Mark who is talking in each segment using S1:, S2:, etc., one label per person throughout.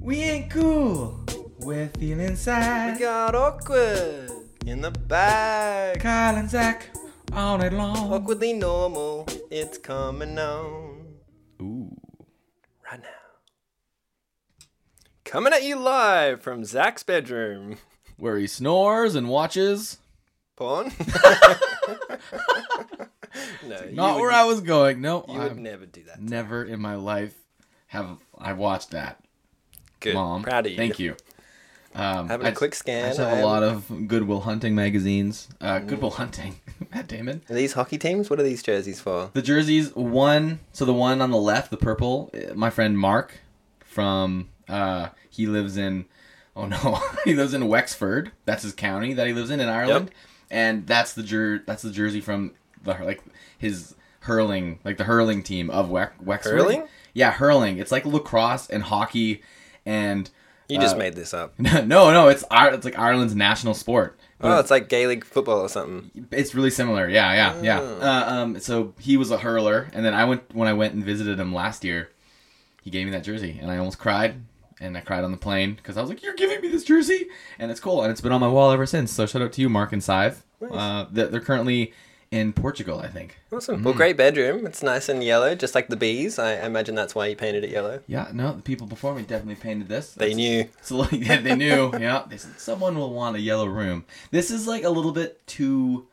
S1: We ain't cool. We're feeling
S2: We
S1: sad.
S2: got awkward in the back.
S1: Kyle and Zach all night long.
S2: Awkwardly normal, it's coming on
S1: Ooh.
S2: right now. Coming at you live from Zach's bedroom.
S1: Where he snores and watches.
S2: Porn? no, you
S1: Not
S2: would-
S1: where I was going. No,
S2: You would
S1: I've
S2: never do that.
S1: never in my life have I watched that.
S2: Good.
S1: Mom,
S2: Proud of you.
S1: Thank you. Um,
S2: Having
S1: a
S2: a quick
S1: I
S2: scan. Mm.
S1: just have
S2: I'm-
S1: a lot of Goodwill Hunting magazines. Uh, Goodwill Hunting, Matt Damon.
S2: Are these hockey teams? What are these jerseys for?
S1: The jerseys, one. So the one on the left, the purple. eh, My friend Mark, from uh, he lives in, oh no, he lives in Wexford. That's his county that he lives in in Ireland, and that's the jer- that's the jersey from the like his hurling, like the hurling team of Wex- Wexford.
S2: Hurling?
S1: Yeah, hurling. It's like lacrosse and hockey, and
S2: You just
S1: uh,
S2: made this up.
S1: no, no, it's Ir- it's like Ireland's national sport. But
S2: Oh, it's like Gaelic football or something.
S1: it's really similar. Yeah, yeah, yeah. Uh, um, so he was a hurler, and then I went when I went and visited him last year. He gave me that jersey, and I almost cried, and I cried on the plane because I was like, "You're giving me this jersey," and it's cool, and it's been on my wall ever since. So shout out to you, Mark and Sive. Uh, they're, they're currently in Portugal, I think.
S2: Awesome.
S1: Hmm.
S2: Well, great bedroom. It's nice and yellow, just like the bees. I I imagine that's why you painted it yellow.
S1: Yeah, no, the people before me definitely painted this.
S2: They knew.
S1: So like yeah, they knew. yeah, they said, someone will want a yellow room. This is like a little bit too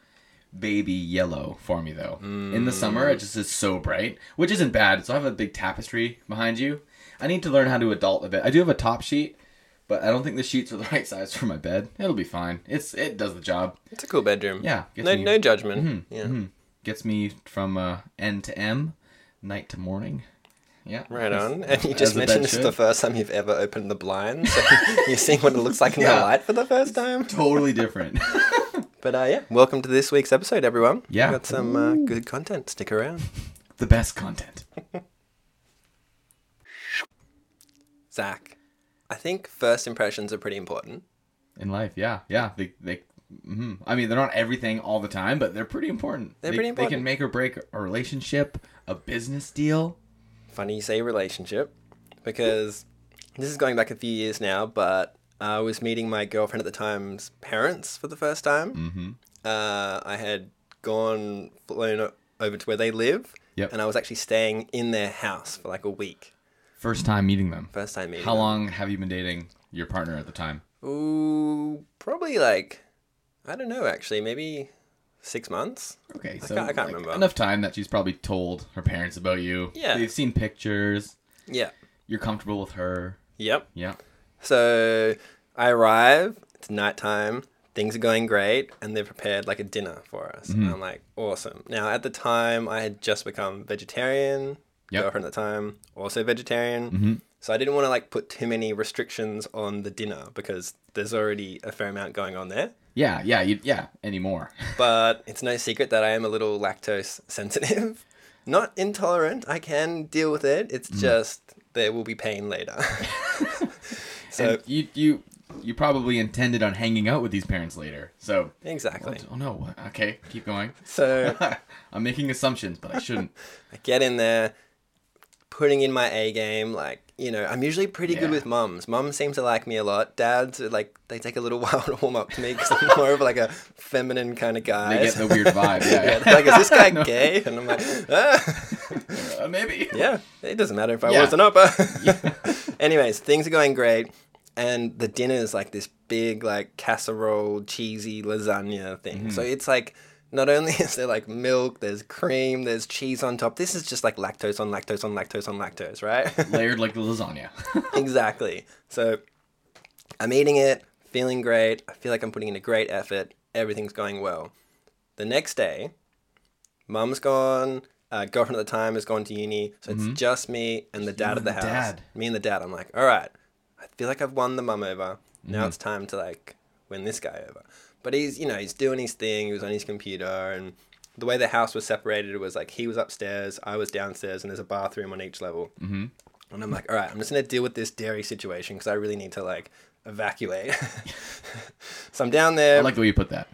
S1: baby yellow for me though. In the summer, it just is so bright, which isn't bad. So I have a big tapestry behind you. I need to learn how to adult a bit. I do have a top sheet, but I don't think the sheets are the right size for my bed. It'll be fine. It's it does the job.
S2: It's a cool bedroom.
S1: Yeah, Mm-hmm, gets
S2: No,
S1: me
S2: no judgment. yeah.
S1: gets me from uh, N to M, night to morning. Yeah,
S2: Right
S1: As-
S2: on. And you
S1: as
S2: just
S1: the bed
S2: mentioned this is
S1: should.
S2: the first time you've ever opened the blind. So you're seeing what it looks like in the
S1: Yeah.
S2: light for the first time.
S1: totally different.
S2: But uh, yeah, welcome to this week's episode, everyone.
S1: Yeah.
S2: We've got some uh, good content. Stick around.
S1: the best content.
S2: Zach, I think first impressions are pretty important.
S1: in life. Yeah, yeah. They they. hmm I mean, they're not everything all the time, but they're pretty important.
S2: They're
S1: they,
S2: pretty
S1: They
S2: important.
S1: can make or break a relationship, a business deal.
S2: funny you say relationship because this is going back a few years now, but I was meeting my girlfriend at the time's parents for the first time. Mm-hmm. Uh, I had gone flown o- over to where they live,
S1: Yep.
S2: and I was actually staying in their house for like a week.
S1: First time meeting them.
S2: First time meeting.
S1: How
S2: them.
S1: long have you been dating your partner at the time?
S2: Ooh, probably like I don't know actually, maybe six months.
S1: Okay, so
S2: can't- I can't remember.
S1: enough time that she's probably told her parents about you.
S2: Yeah.
S1: they've seen pictures.
S2: Yeah.
S1: You're comfortable with her.
S2: Yep.
S1: Yeah.
S2: So I arrive, it's nighttime, things are going great, and they've prepared like a dinner for us. And I'm like, awesome. Now, at the time, I had just become vegetarian,
S1: Yep.
S2: girlfriend at the time, also vegetarian. So I didn't want to like put too many restrictions on the dinner because there's already a fair amount going on there.
S1: Yeah, yeah, you, yeah. Anymore.
S2: But it's no secret that I am a little lactose sensitive. Not intolerant, I can deal with it. It's just there will be pain later. so
S1: and you you you probably intended on hanging out with these parents later. So.
S2: exactly.
S1: Oh no. Okay, keep going.
S2: So
S1: I'm making assumptions, but I shouldn't.
S2: I get in there, putting in my A game. Like, you know, I'm usually pretty
S1: Yeah.
S2: good with mums. Mums seem to like me a lot. Dads, are like, they take a little while to warm up to me because I'm more of like a feminine kind of guy.
S1: They get the weird vibe.
S2: yeah,
S1: Yeah,
S2: they're like, is this guy gay? And I'm like, ah,
S1: Uh, maybe.
S2: yeah, it doesn't matter if I
S1: Yeah.
S2: was or not. But anyways, things are going great. And the dinner is like this big, like casserole, cheesy lasagna thing. So it's like, not only is there like milk, there's cream, there's cheese on top. This is just like lactose on lactose on lactose on lactose, right?
S1: Layered like the lasagna.
S2: exactly. So I'm eating it, feeling great. I feel like I'm putting in a great effort. Everything's going well. The next day, mum's gone. Uh, girlfriend at the time has gone to uni, so it's just me and the dad of the
S1: and
S2: house.
S1: the dad.
S2: Me and the dad. I'm like, all right. I feel like I've won the mum over. Now it's time to like win this guy over. But he's, you know, he's doing his thing. He was on his computer, and the way the house was separated was like he was upstairs, I was downstairs, and there's a bathroom on each level.
S1: Mm-hmm.
S2: And I'm like, all right, I'm just gonna deal with this dairy situation because I really need to like evacuate. so I'm down
S1: I
S2: there
S1: like the way you put that.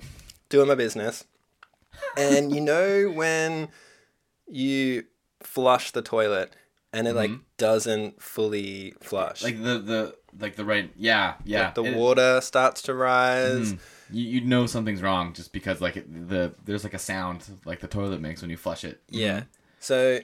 S2: doing my business, and you know when you flush the toilet and it like doesn't fully flush.
S1: Mm-hmm. Like the the like the right yeah yeah Mm-hmm.
S2: Like, the
S1: It-
S2: water starts to rise.
S1: you you know something's wrong just because like it, the there's like a sound like the toilet makes when you flush it. Mm-hmm.
S2: Yeah. So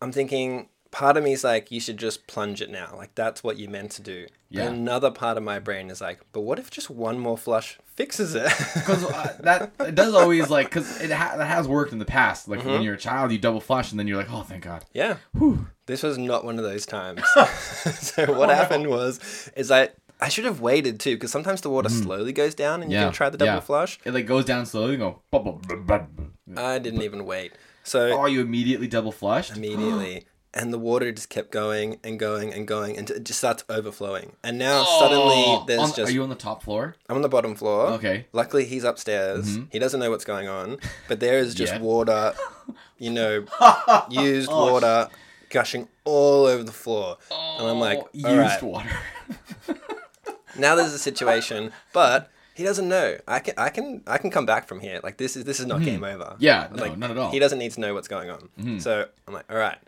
S2: I'm thinking part of me is like, you should just plunge it now. Like that's what you're meant to do.
S1: Yeah.
S2: But another part of my brain is like, but what if just one more flush fixes it?
S1: Because uh, that it does always like because it ha- that has worked in the past. Like
S2: Mm-hmm.
S1: when you're a child, you double flush and then you're like, oh, thank God.
S2: yeah.
S1: Whew.
S2: This was not one of those times. so what happened was, is I I should have waited too, because sometimes the water slowly goes down and you
S1: Mm. Yeah,
S2: can try the double
S1: yeah.
S2: flush.
S1: It like goes down slowly. And go. bub, bub, bub, bub, bub.
S2: I didn't even wait. So
S1: Oh, you immediately double flushed.
S2: immediately. And the water just kept going and going and going, and it just starts overflowing. And now
S1: Oh,
S2: suddenly there's
S1: on-
S2: just
S1: Are you Oh. on the top floor?
S2: I'm on the bottom floor.
S1: Okay.
S2: Luckily, he's upstairs.
S1: Mm-hmm.
S2: He doesn't know what's going on, but there is just
S1: Yet.
S2: water, you know, used water gushing all over the floor. and I'm like,
S1: Oh, used
S2: all right,
S1: water.
S2: now there's a situation, but he doesn't know. I can, I can, I can come back from here. Like this is this is not game over.
S1: Mm-hmm. Yeah, no,
S2: like
S1: not at all. Mm-hmm.
S2: He doesn't need to know what's going on. So I'm like, all right.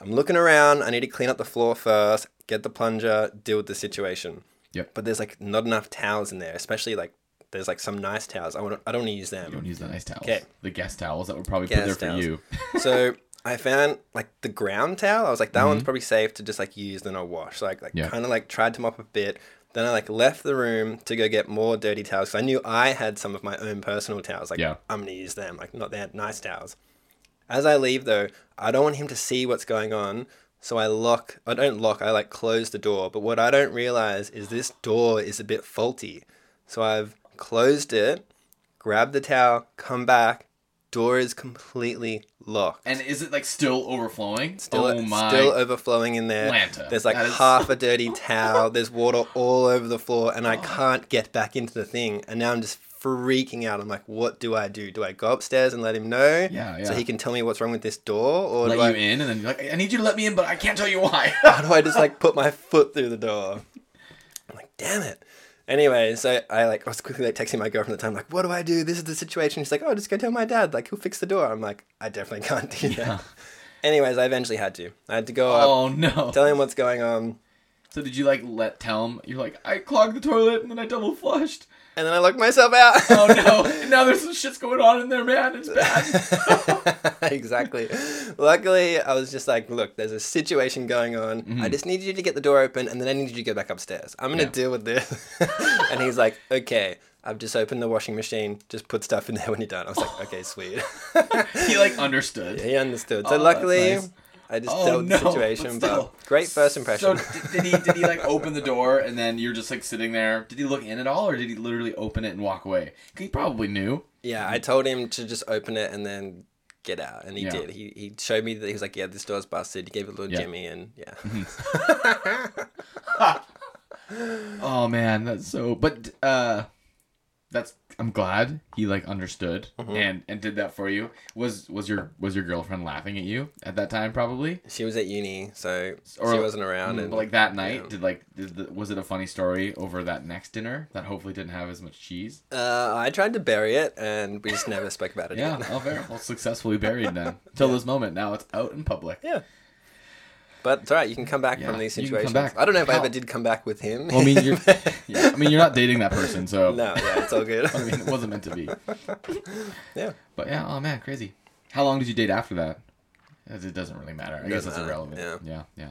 S2: I'm looking around. I need to clean up the floor first. Get the plunger. Deal with the situation.
S1: Yep.
S2: But there's like not enough towels in there, especially like there's like some nice towels. I want. I don't want to use them.
S1: Don't use the nice towels.
S2: 'Kay.
S1: The guest towels that were probably put
S2: Gas
S1: there for
S2: towels.
S1: you.
S2: so I found like the ground towel. I was like, that one's probably safe to just like use than a wash. So, like, like
S1: Mm-hmm. Yeah.
S2: kind of like tried to mop a bit. Then I like left the room to go get more dirty towels 'cause I knew I had some of my own personal towels. Like,
S1: Yeah.
S2: I'm gonna use them. Like, not that nice towels. As I leave though, I don't want him to see what's going on. So I lock. I don't lock. I like close the door. But what I don't realize is this door is a bit faulty. So I've closed it, grabbed the towel, come back. Door is completely locked
S1: And is it like still overflowing?
S2: still,
S1: oh my.
S2: still overflowing in there.
S1: Atlanta.
S2: There's like
S1: That is-
S2: half a dirty towel. There's water all over the floor, and I can't get back into the thing. And now I'm just freaking out. I'm like, what do I do? Do I go upstairs and let him know?
S1: Yeah, yeah.
S2: So he can tell me what's wrong with this door, or
S1: let
S2: do I,
S1: you in, and then you're like, I need you to let me in, but I can't tell you why.
S2: how do I just like put my foot through the door? I'm like, damn it. Anyway, so I like I was quickly like texting my girlfriend at the time, like, what do I do? This is the situation. She's like, oh, just go tell my dad, like he'll fix the door. I'm like, I definitely can't do
S1: Yeah.
S2: that. Anyways, I eventually had to. I had to go up,
S1: oh no.
S2: tell him what's going on.
S1: So did you like let tell him you're like I clogged the toilet and then I double flushed?
S2: and then I locked myself out.
S1: Oh no! now there's some shits going on in there, man. It's bad.
S2: exactly. Luckily, I was just like, look, there's a situation going on. I just need you to get the door open, and then I need you to go back upstairs. I'm gonna
S1: Mm-hmm. Yeah.
S2: deal with this. and he's like, okay, I've just opened the washing machine. Just put stuff in there when you're done. I was like, okay, sweet.
S1: he like understood.
S2: he understood.
S1: Oh,
S2: So
S1: that's
S2: luckily.
S1: nice.
S2: I just
S1: Oh,
S2: dealt with the
S1: no, but
S2: situation, but,
S1: still.
S2: great first impression.
S1: So did, did he? Did he like open the door and then you're just like sitting there? Did he look in at all, or did he literally open it and walk away? 'Cause He probably knew.
S2: yeah, I told him to just open it and then get out, and he
S1: Yeah.
S2: did. He, he showed me that he was like, "Yeah, this door's busted." He gave it a little
S1: Yeah. Mm-hmm.
S2: jimmy, and yeah,
S1: Oh man, that's so. But uh, that's. I'm glad he like understood
S2: Mm-hmm.
S1: and and did that for you. Was was your was your girlfriend laughing at you at that time? Probably.
S2: She was at uni, so
S1: Or-
S2: she wasn't around.
S1: Mm,
S2: And
S1: but like that night,
S2: yeah.
S1: did like did the, was it a funny story over that next dinner that hopefully didn't have as much cheese?
S2: uh, I tried to bury it, and we just never spoke about it
S1: Yeah,
S2: again.
S1: oh, very well, successfully buried then. Till this moment, now it's out in public.
S2: Yeah. But it's all right. You can come back
S1: Yeah,
S2: from these
S1: you can come
S2: situations.
S1: back.
S2: I don't know if I
S1: How-
S2: ever did come back with him.
S1: Well, I mean, you're, yeah, I mean, you're not dating that person, so
S2: no, yeah, it's all good.
S1: I mean, it wasn't meant to be.
S2: yeah,
S1: But yeah, oh man, crazy. How long did you date after that? It it doesn't really matter. I guess
S2: Doesn't
S1: that's
S2: matter,
S1: irrelevant. Yeah, yeah.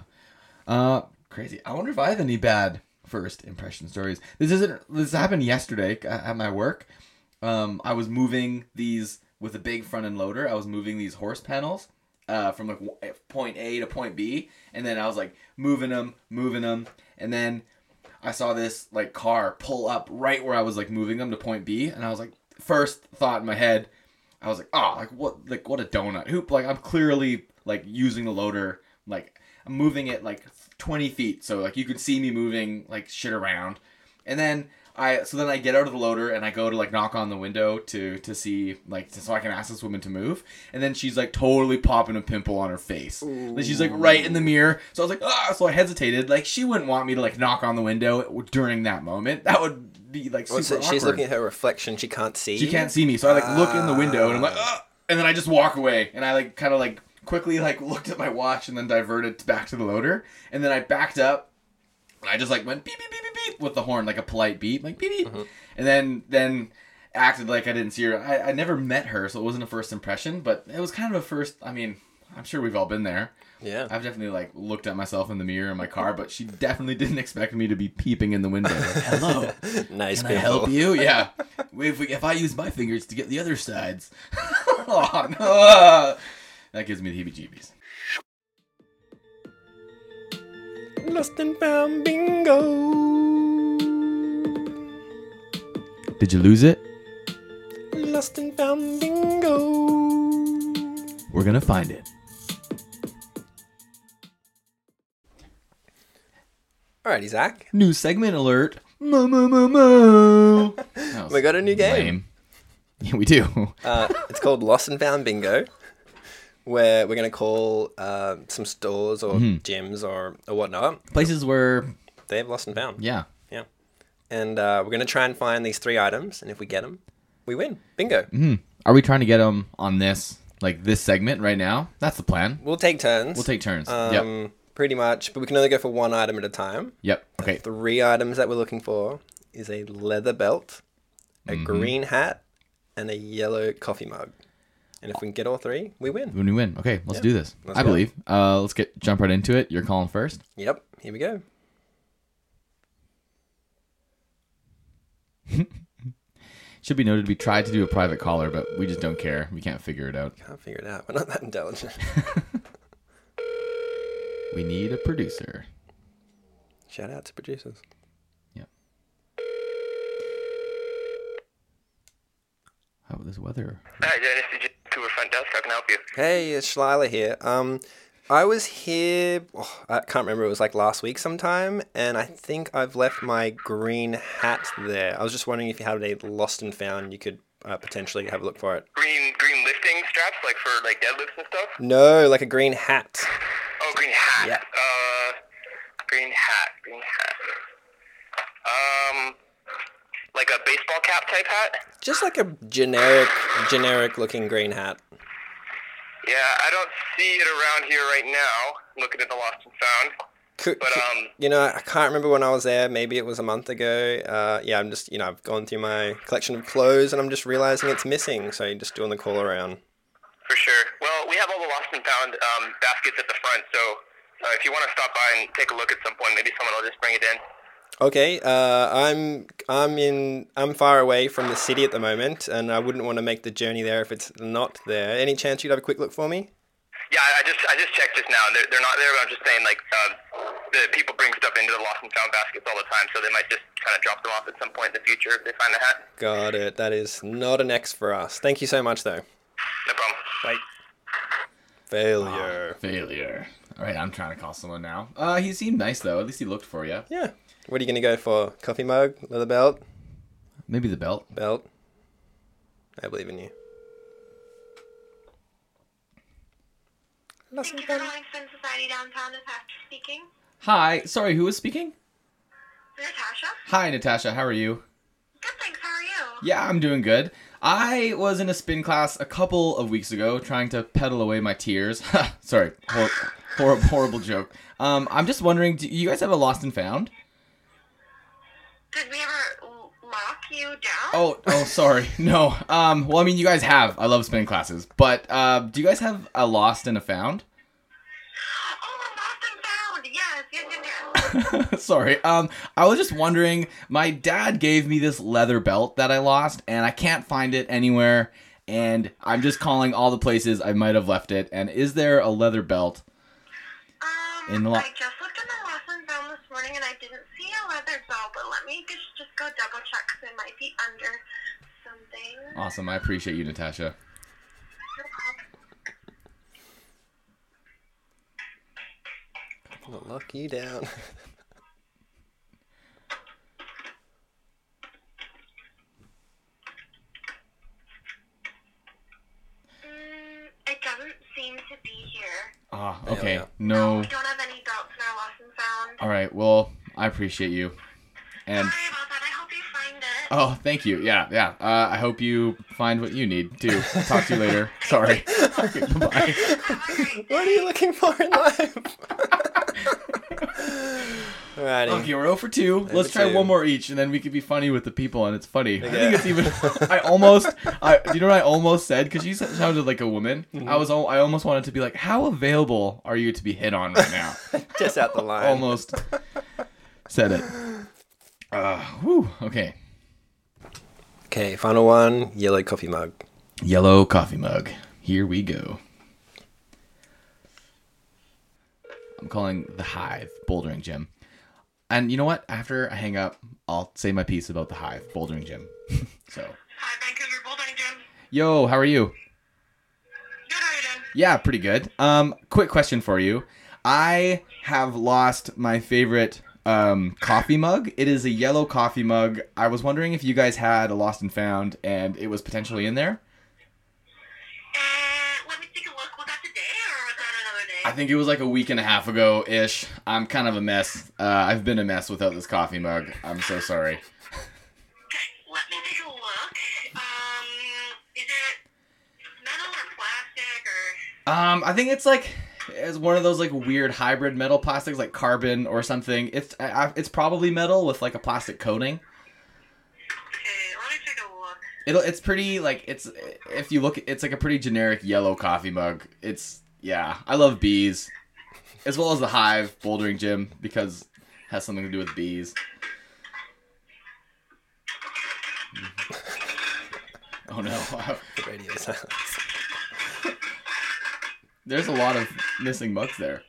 S1: Uh, crazy. I wonder if I have any bad first impression stories. This isn't. This happened yesterday uh, at my work. Um, I was moving these with a big front end loader. I was moving these horse panels. Uh, from like w- point A to point B, and then I was like moving them, moving them, and then I saw this like car pull up right where I was like moving them to point B, and I was like, first thought in my head, I was like, oh, like what, like what a donut. Who, like I'm clearly like using the loader, like I'm moving it like 20 feet, so like you could see me moving like shit around, and then I, so then I get out of the loader and I go to like knock on the window to to see like to, so I can ask this woman to move, and then she's like totally popping a pimple on her face. And she's like right in the mirror, so I was like ah, so I hesitated. Like she wouldn't want me to like knock on the window during that moment. That would be like super
S2: Well, so
S1: awkward.
S2: she's looking at her reflection. She can't see.
S1: She can't see me, so I like look in the window and I'm like, Ugh! and then I just walk away, and I like kind of like quickly like looked at my watch and then diverted back to the loader, and then I backed up. And I just like went beep beep beep beep beep with the horn like a polite beep, like beep beep, and then then acted like I didn't see her. I, I never met her, so it wasn't a first impression, but it was kind of a first. I mean, I'm sure we've all been there.
S2: Yeah.
S1: I've definitely like looked at myself in the mirror in my car, but she definitely didn't expect me to be peeping in the window. Like, Hello,
S2: nice
S1: can I
S2: people.
S1: help you? Yeah. If, we, if I use my fingers to get the other sides, oh, no. that gives me the heebie-jeebies.
S2: Lost and found bingo.
S1: Did you lose it?
S2: Lost and found bingo.
S1: We're gonna find it.
S2: Alrighty, Zach.
S1: New segment alert. Mo mo mo mo. That was
S2: We got a new game.
S1: lame. Yeah, we do.
S2: Uh, it's called Lost and Found Bingo, where we're going to call uh, some stores or
S1: Mm-hmm.
S2: gyms or, or whatnot.
S1: Places where,
S2: They have Lost and Found.
S1: yeah,
S2: Yeah. And uh, we're going to try and find these three items, and if we get them, we win. Bingo.
S1: Hmm. Are we trying to get them on this, like this segment right now? That's the plan.
S2: We'll take turns.
S1: We'll take turns. yep.
S2: um, Pretty much, but we can only go for one item at a time.
S1: Yep. Okay.
S2: Three items that we're looking for is a leather belt, a
S1: Mm-hmm.
S2: green hat, and a yellow coffee mug. And if we can get all three, we win.
S1: When we win. Okay. Let's do this.
S2: Let's
S1: I
S2: go.
S1: believe. Uh, let's get jump right into it. You're calling first.
S2: Yep, here we go.
S1: Should be noted we tried to do a private caller, but we just don't care. We can't figure it out.
S2: Can't figure it out. We're not that intelligent.
S1: We need a producer.
S2: Shout out to producers.
S1: Yep. How about this weather?
S3: Hi, Dennis. Did you Cooper front desk? How can I help you?
S2: Hey, it's Shlila here. Um, I was here. oh, I can't remember. It was like last week sometime, and I think I've left my green hat there. I was just wondering if you had a lost and found you could uh, potentially have a look for it.
S3: Green, green lifting straps, like for like deadlifts and stuff.
S2: No, like a green hat.
S3: Oh, green hat.
S2: Yeah.
S3: Uh, green hat. Green hat. Um, like a baseball cap type hat.
S2: Just like a generic, generic looking green hat.
S3: Yeah, I don't see it around here right now. I'm looking at the lost and found.
S2: Could,
S3: But,
S2: could-
S3: um,
S2: you know, I can't remember when I was there. Maybe it was a month ago. Uh, yeah, I'm just you know I've gone through my collection of clothes and I'm just realizing it's missing. So you're just doing the call around.
S3: For sure. Well, we have all the lost and found um, baskets at the front, so uh, if you want to stop by and take a look at some point, maybe someone will just bring it in.
S2: Okay, uh, I'm I'm in I'm far away from the city at the moment, and I wouldn't want to make the journey there if it's not there. Any chance you'd have a quick look for me?
S3: Yeah, I I just I just checked just now. and They're, they're not there, but I'm just saying like um, the people bring stuff into the lost and found baskets all the time, so they might just kind of drop them off at some point in the future if they find the hat.
S2: Got it. That is not an X for us. Thank you so much, though.
S3: No problem.
S2: Bye.
S1: Ah.
S2: Failure.
S1: Failure. All right, I'm trying to call someone now. Uh, he seemed nice though. At least he looked for you.
S2: Yeah. What are you gonna go for? Coffee mug, leather belt,
S1: Maybe the belt.
S2: belt. I believe in you.
S4: Thank you for calling Swim Society Downtown. Natasha speaking.
S1: Hi. Sorry, who was speaking?
S4: Natasha?
S1: Hi, Natasha. How are you?
S4: Good, thanks. How are you?
S1: Yeah, I'm doing good. I was in a spin class a couple of weeks ago trying to pedal away my tears. Sorry, hor- horrible, horrible joke. Um, I'm just wondering, do you guys have a lost and found?
S4: Did we ever l- lock you down?
S1: Oh, oh, sorry. No. Um, well, I mean, you guys have. I love spin classes, but uh, do you guys have a lost and a found?
S4: Oh, I'm lost and found. Yes, yes, yes, yes.
S1: Sorry. Um, I was just wondering. My dad gave me this leather belt that I lost, and I can't find it anywhere. And I'm just calling all the places I might have left it. And is there a leather belt?
S4: Um,
S1: In the lo-
S4: I just looked in the lost and found this morning and I didn't see a leather bell, but let me just, just go double check because it might be under something.
S1: Awesome. I appreciate you, Natasha.
S4: No problem.
S2: I'll lock you down.
S4: Mm, it doesn't seem to be here.
S1: Ah,
S2: Hell
S1: okay.
S2: yeah.
S1: No.
S4: We don't have any belts in our lost and found.
S1: All right. Well, I appreciate you. And
S4: Sorry about that. I hope you find it.
S1: oh, thank you. Yeah, yeah. Uh, I hope you find what you need too. Talk to you later. Sorry. Okay, goodbye.
S4: Have a great
S2: What are you looking for in life? Alrighty.
S1: Okay, we're 0 for 2. Let's
S2: for
S1: try
S2: two.
S1: one more each, and then we can be funny with the people, and it's funny. I
S2: Okay.
S1: think it's even. I almost. I do you know what I almost said? Because you sounded like a woman. I was. Al- I almost wanted to be like, "How available are you to be hit on right now?"
S2: Just out the line.
S1: almost said it. Uh, whew, okay.
S2: Okay, final one. Yellow coffee mug.
S1: Yellow coffee mug. Here we go. I'm calling the Hive Bouldering Gym. And you know what? After I hang up, I'll say my piece about the Hive Bouldering Gym. so,
S4: Hi, Vancouver Bouldering Gym.
S1: yo, how are you?
S4: Good, how are you doing?
S1: Yeah, pretty good. Um, quick question for you. I have lost my favorite um, coffee mug. It is a yellow coffee mug. I was wondering if you guys had a lost and found, and it was potentially in there.
S4: Uh, let me take a look. Was that today or was that another day?
S1: I think it was like a week and a half ago ish. I'm kind of a mess. Uh, I've been a mess without this coffee mug. I'm so sorry.
S4: Okay, let me take a look. Um, is it metal or plastic or?
S1: Um, I think it's like it's one of those like weird hybrid metal plastics, like carbon or something. It's I, I- it's probably metal with like a plastic coating.
S4: Okay, let me take a look.
S1: It'll it's pretty like it's if you look, it's like a pretty generic yellow coffee mug. It's yeah, I love bees, as well as the hive bouldering gym because it has something to do with bees. Oh no,
S2: Radio silence.
S1: there's a lot of missing mugs there.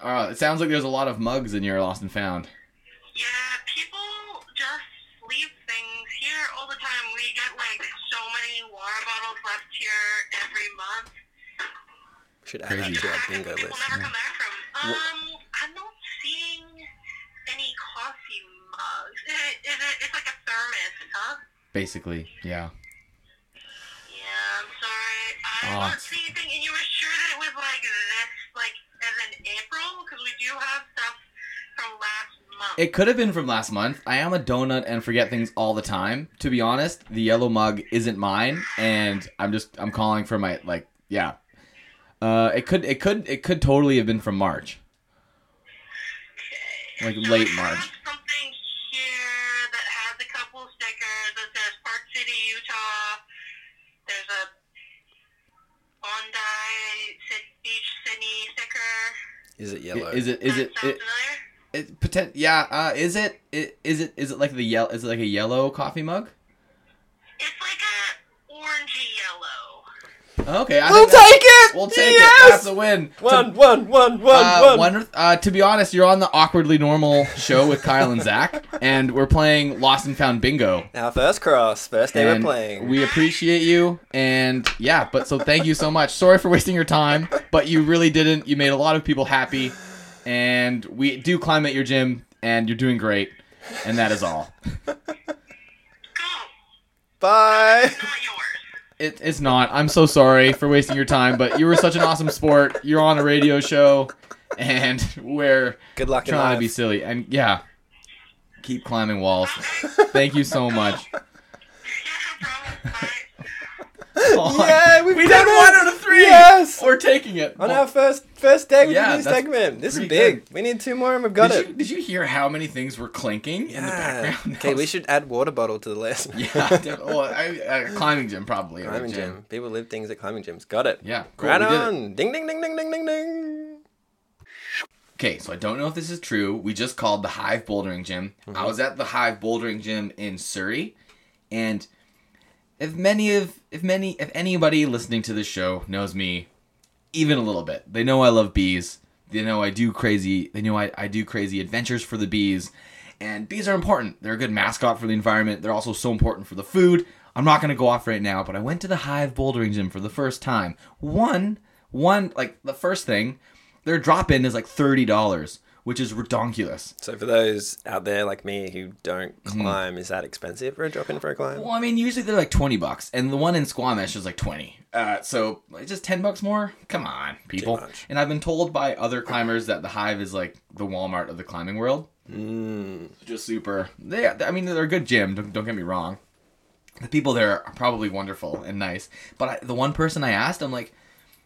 S4: Sorry?
S1: Uh, it sounds like there's a lot of mugs in your lost and found.
S4: Yeah, people just leave things here all the time. We get like so many water bottles left here every month.
S2: Should add
S1: Crazy.
S2: that to our
S4: Actually,
S2: bingo
S4: people
S2: list.
S4: never come back from. Um, I'm not seeing any coffee mugs. Is it, is it, it's like a thermos, huh?
S1: Basically, yeah.
S4: Yeah, I'm sorry. I'm
S1: Oh,
S4: not
S1: it's-
S4: seeing anything. And you were sure that it was like this, like as in April, because we do have stuff from last month.
S1: It could have been from last month. I am a donut and forget things all the time. To be honest, the yellow mug isn't mine, and I'm just I'm calling for my like yeah. Uh, it could it could it could totally have been from March, like
S4: So
S1: late
S4: we
S1: March.
S4: have something here that has a couple stickers that says Park City, Utah. There's a Bondi Sid- Beach, Sydney sticker.
S2: Is it yellow?
S1: I- Is it is
S4: That
S1: it
S4: sounds
S1: it,
S4: familiar?
S1: it potent, yeah uh, is it i- is it is it like the yellow is it like a yellow coffee mug?
S4: It's like a orangey yellow.
S1: Okay, I
S2: We'll
S1: think that-
S2: take it!
S1: We'll take it.
S2: Yes!
S1: That's a win. To-
S2: One, one, one, one,
S1: uh,
S2: one.
S1: one- uh, to be honest, you're on the awkwardly normal show with Kyle and Zach, and we're playing Lost and Found Bingo.
S2: Our first cross, first day we're
S1: And
S2: playing.
S1: We appreciate you, and yeah, but so thank you so much. Sorry for wasting your time, but you really didn't. You made a lot of people happy, and we do climb at your gym, and you're doing great, and that is all.
S4: Go.
S2: Bye!
S4: Not yours.
S1: It, it's not. I'm so sorry for wasting your time, but you were such an awesome sport. You're on a radio show, and we're
S2: Good luck in
S1: trying to be
S2: life.
S1: silly, and yeah, keep climbing walls. Thank you so much.
S4: Yeah, no problem. Bye.
S2: Yeah, we
S1: we
S2: did
S1: did
S2: it!
S1: one out of three.
S2: Yes! Oh,
S1: We're taking it.
S2: On our first first day we
S1: Yeah,
S2: did a new
S1: that's
S2: segment. This is
S1: pretty
S2: big. We need two more and we've got
S1: did
S2: it.
S1: you did you hear how many things were clinking in the
S2: Yeah.
S1: background?
S2: Okay, we should add water bottle to the list.
S1: Yeah, def- well, I, uh, climbing gym probably. or
S2: Climbing gym. People live things at climbing gyms. Got it.
S1: Yeah, cool,
S2: Right
S1: we did it.
S2: on. Ding, ding, ding, ding, ding, ding, ding.
S1: Okay, so I don't know if this is true. We just called the Hive Bouldering Gym.
S2: Mm-hmm.
S1: I was at the Hive Bouldering Gym in Surrey, and if many of if many if anybody listening to this show knows me even a little bit, they know I love bees. They know I do crazy. They know I, I do crazy adventures for the bees, and bees are important. They're a good mascot for the environment. They're also so important for the food. I'm not gonna go off right now, but I went to the Hive Bouldering Gym for the first time. One one like the first thing their drop in is like thirty dollars, which is redonkulous.
S2: So for those out there like me who don't
S1: Hmm.
S2: climb, is that expensive for a drop in for a climb?
S1: Well, I mean, usually they're like twenty bucks, and the one in Squamish is like twenty. Uh, so like, just ten bucks more. Come on, people.
S2: much.
S1: And I've been told by other climbers that the Hive is like the Walmart of the climbing world. Mm. Just super. They, I mean, they're a good gym. Don't, don't get me wrong. the people there are probably wonderful and nice. But I, the one person I asked, I'm like,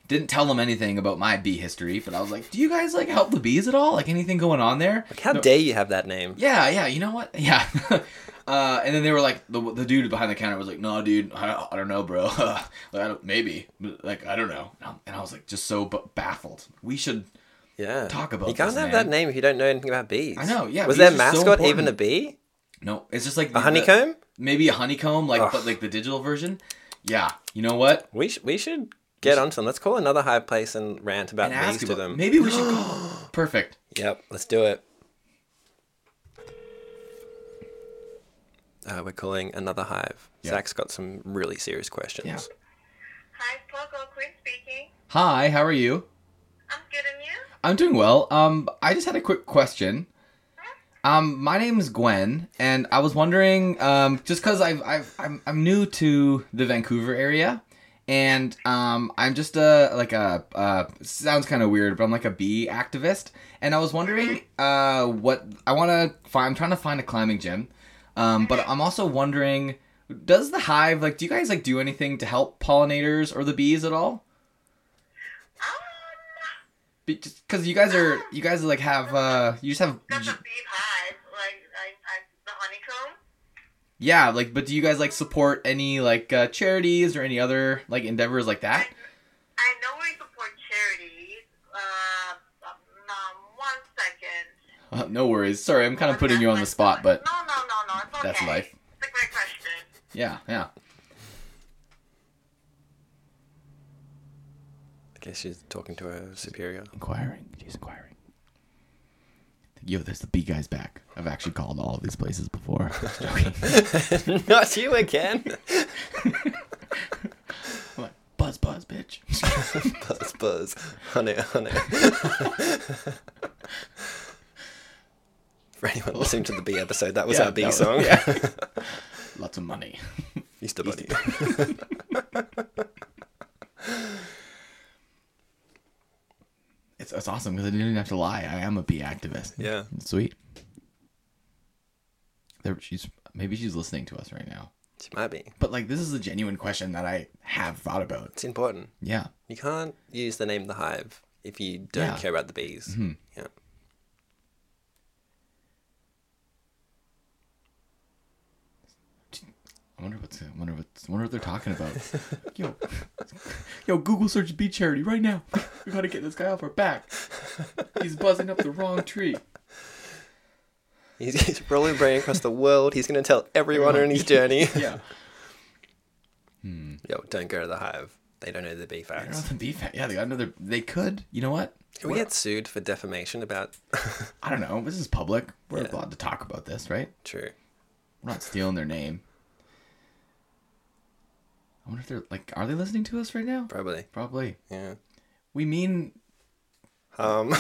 S1: didn't tell them anything about my bee history. But I was like, do you guys like help the bees at all? Like anything going on there?
S2: Like, how dare you have that name?
S1: Yeah, yeah. You know what? Yeah. uh, and then they were like, the, the dude behind the counter was like, no, dude, I don't, I don't know, bro. like, I don't, maybe. Like, I don't know. And I- And I was like, just so b- baffled. We should.
S2: Yeah.
S1: Talk about
S2: You can't
S1: this, man.
S2: have that name if you don't know anything about bees.
S1: I know, yeah,
S2: Was
S1: bees
S2: their
S1: are so
S2: mascot
S1: important.
S2: even a bee?
S1: No, it's just like
S2: A
S1: the-
S2: honeycomb?
S1: maybe a honeycomb, like
S2: Ugh.
S1: but like the digital version. Yeah, you know what?
S2: We sh- we should get onto them. Let's call another high place and rant about
S1: And
S2: bees
S1: ask
S2: to
S1: about-
S2: them.
S1: Maybe we should. call- Perfect.
S2: Yep, let's do it. Uh, we're calling another hive.
S1: Yeah.
S2: Zach's got some really serious questions.
S1: Yeah.
S4: Hi, Poco Quinn speaking.
S1: Hi, how are you?
S4: I'm good, and you?
S1: I'm doing well. Um, I just had a quick question. Um, my name's Gwen, and I was wondering, um, just because I've, I've I'm I'm new to the Vancouver area, and um, I'm just a like a uh, sounds kind of weird, but I'm like a bee activist, and I was wondering, uh, what I want to find. I'm trying to find a climbing gym, um, but I'm also wondering, does the hive like do you guys like do anything to help pollinators or the bees at all?
S4: Um,
S1: because you guys are you guys like have uh you just have
S4: that's a bee hive, like I, I, the honeycomb.
S1: yeah like but do you guys like support any like uh charities or any other like endeavors like that
S4: I know we support charities. Uh, um, one second.
S1: uh, no worries sorry i'm kind of putting you on the spot but
S4: No, no, no, no. It's okay.
S1: That's life.
S4: It's a great question.
S1: yeah yeah
S2: I guess she's talking to her superior.
S1: inquiring she's inquiring yo there's the bee guys back i've actually called all of these places before Just joking.
S2: Not you again.
S1: I'm like, buzz buzz bitch
S2: buzz, buzz, honey, honey. For anyone listening to the B episode, that was
S1: Yeah,
S2: our B
S1: that was-
S2: song.
S1: yeah. lots of money
S2: Easter Bunny.
S1: it's, it's awesome because i didn't even have to lie i am a bee activist
S2: yeah.
S1: Sweet. There, she's maybe she's listening to us right now.
S2: She might be.
S1: But like, this is a genuine question that I have thought about.
S2: It's important.
S1: Yeah,
S2: You can't use the name the hive if you don't
S1: Yeah. Mm-hmm.
S2: care about the bees. Yeah.
S1: I wonder what's, I wonder what's, I wonder what they're talking about. yo, yo, Google search bee charity right now. We gotta get this guy off our back. He's buzzing up the wrong tree.
S2: He's, he's rolling brain across the world. He's going to tell everyone on his journey.
S1: Yeah,
S2: Yo, don't go to the hive. They don't know the bee
S1: I don't know
S2: facts.
S1: if the bee. Fa- yeah, they got another. They could. You know what?
S2: Can we get sued for defamation about.
S1: I don't know. This is public. We're
S2: Yeah.
S1: allowed to talk about this, right?
S2: True.
S1: We're not stealing their name. I wonder if they're like, are they listening to us right now?
S2: Probably.
S1: Probably.
S2: Yeah.
S1: We mean
S2: Um,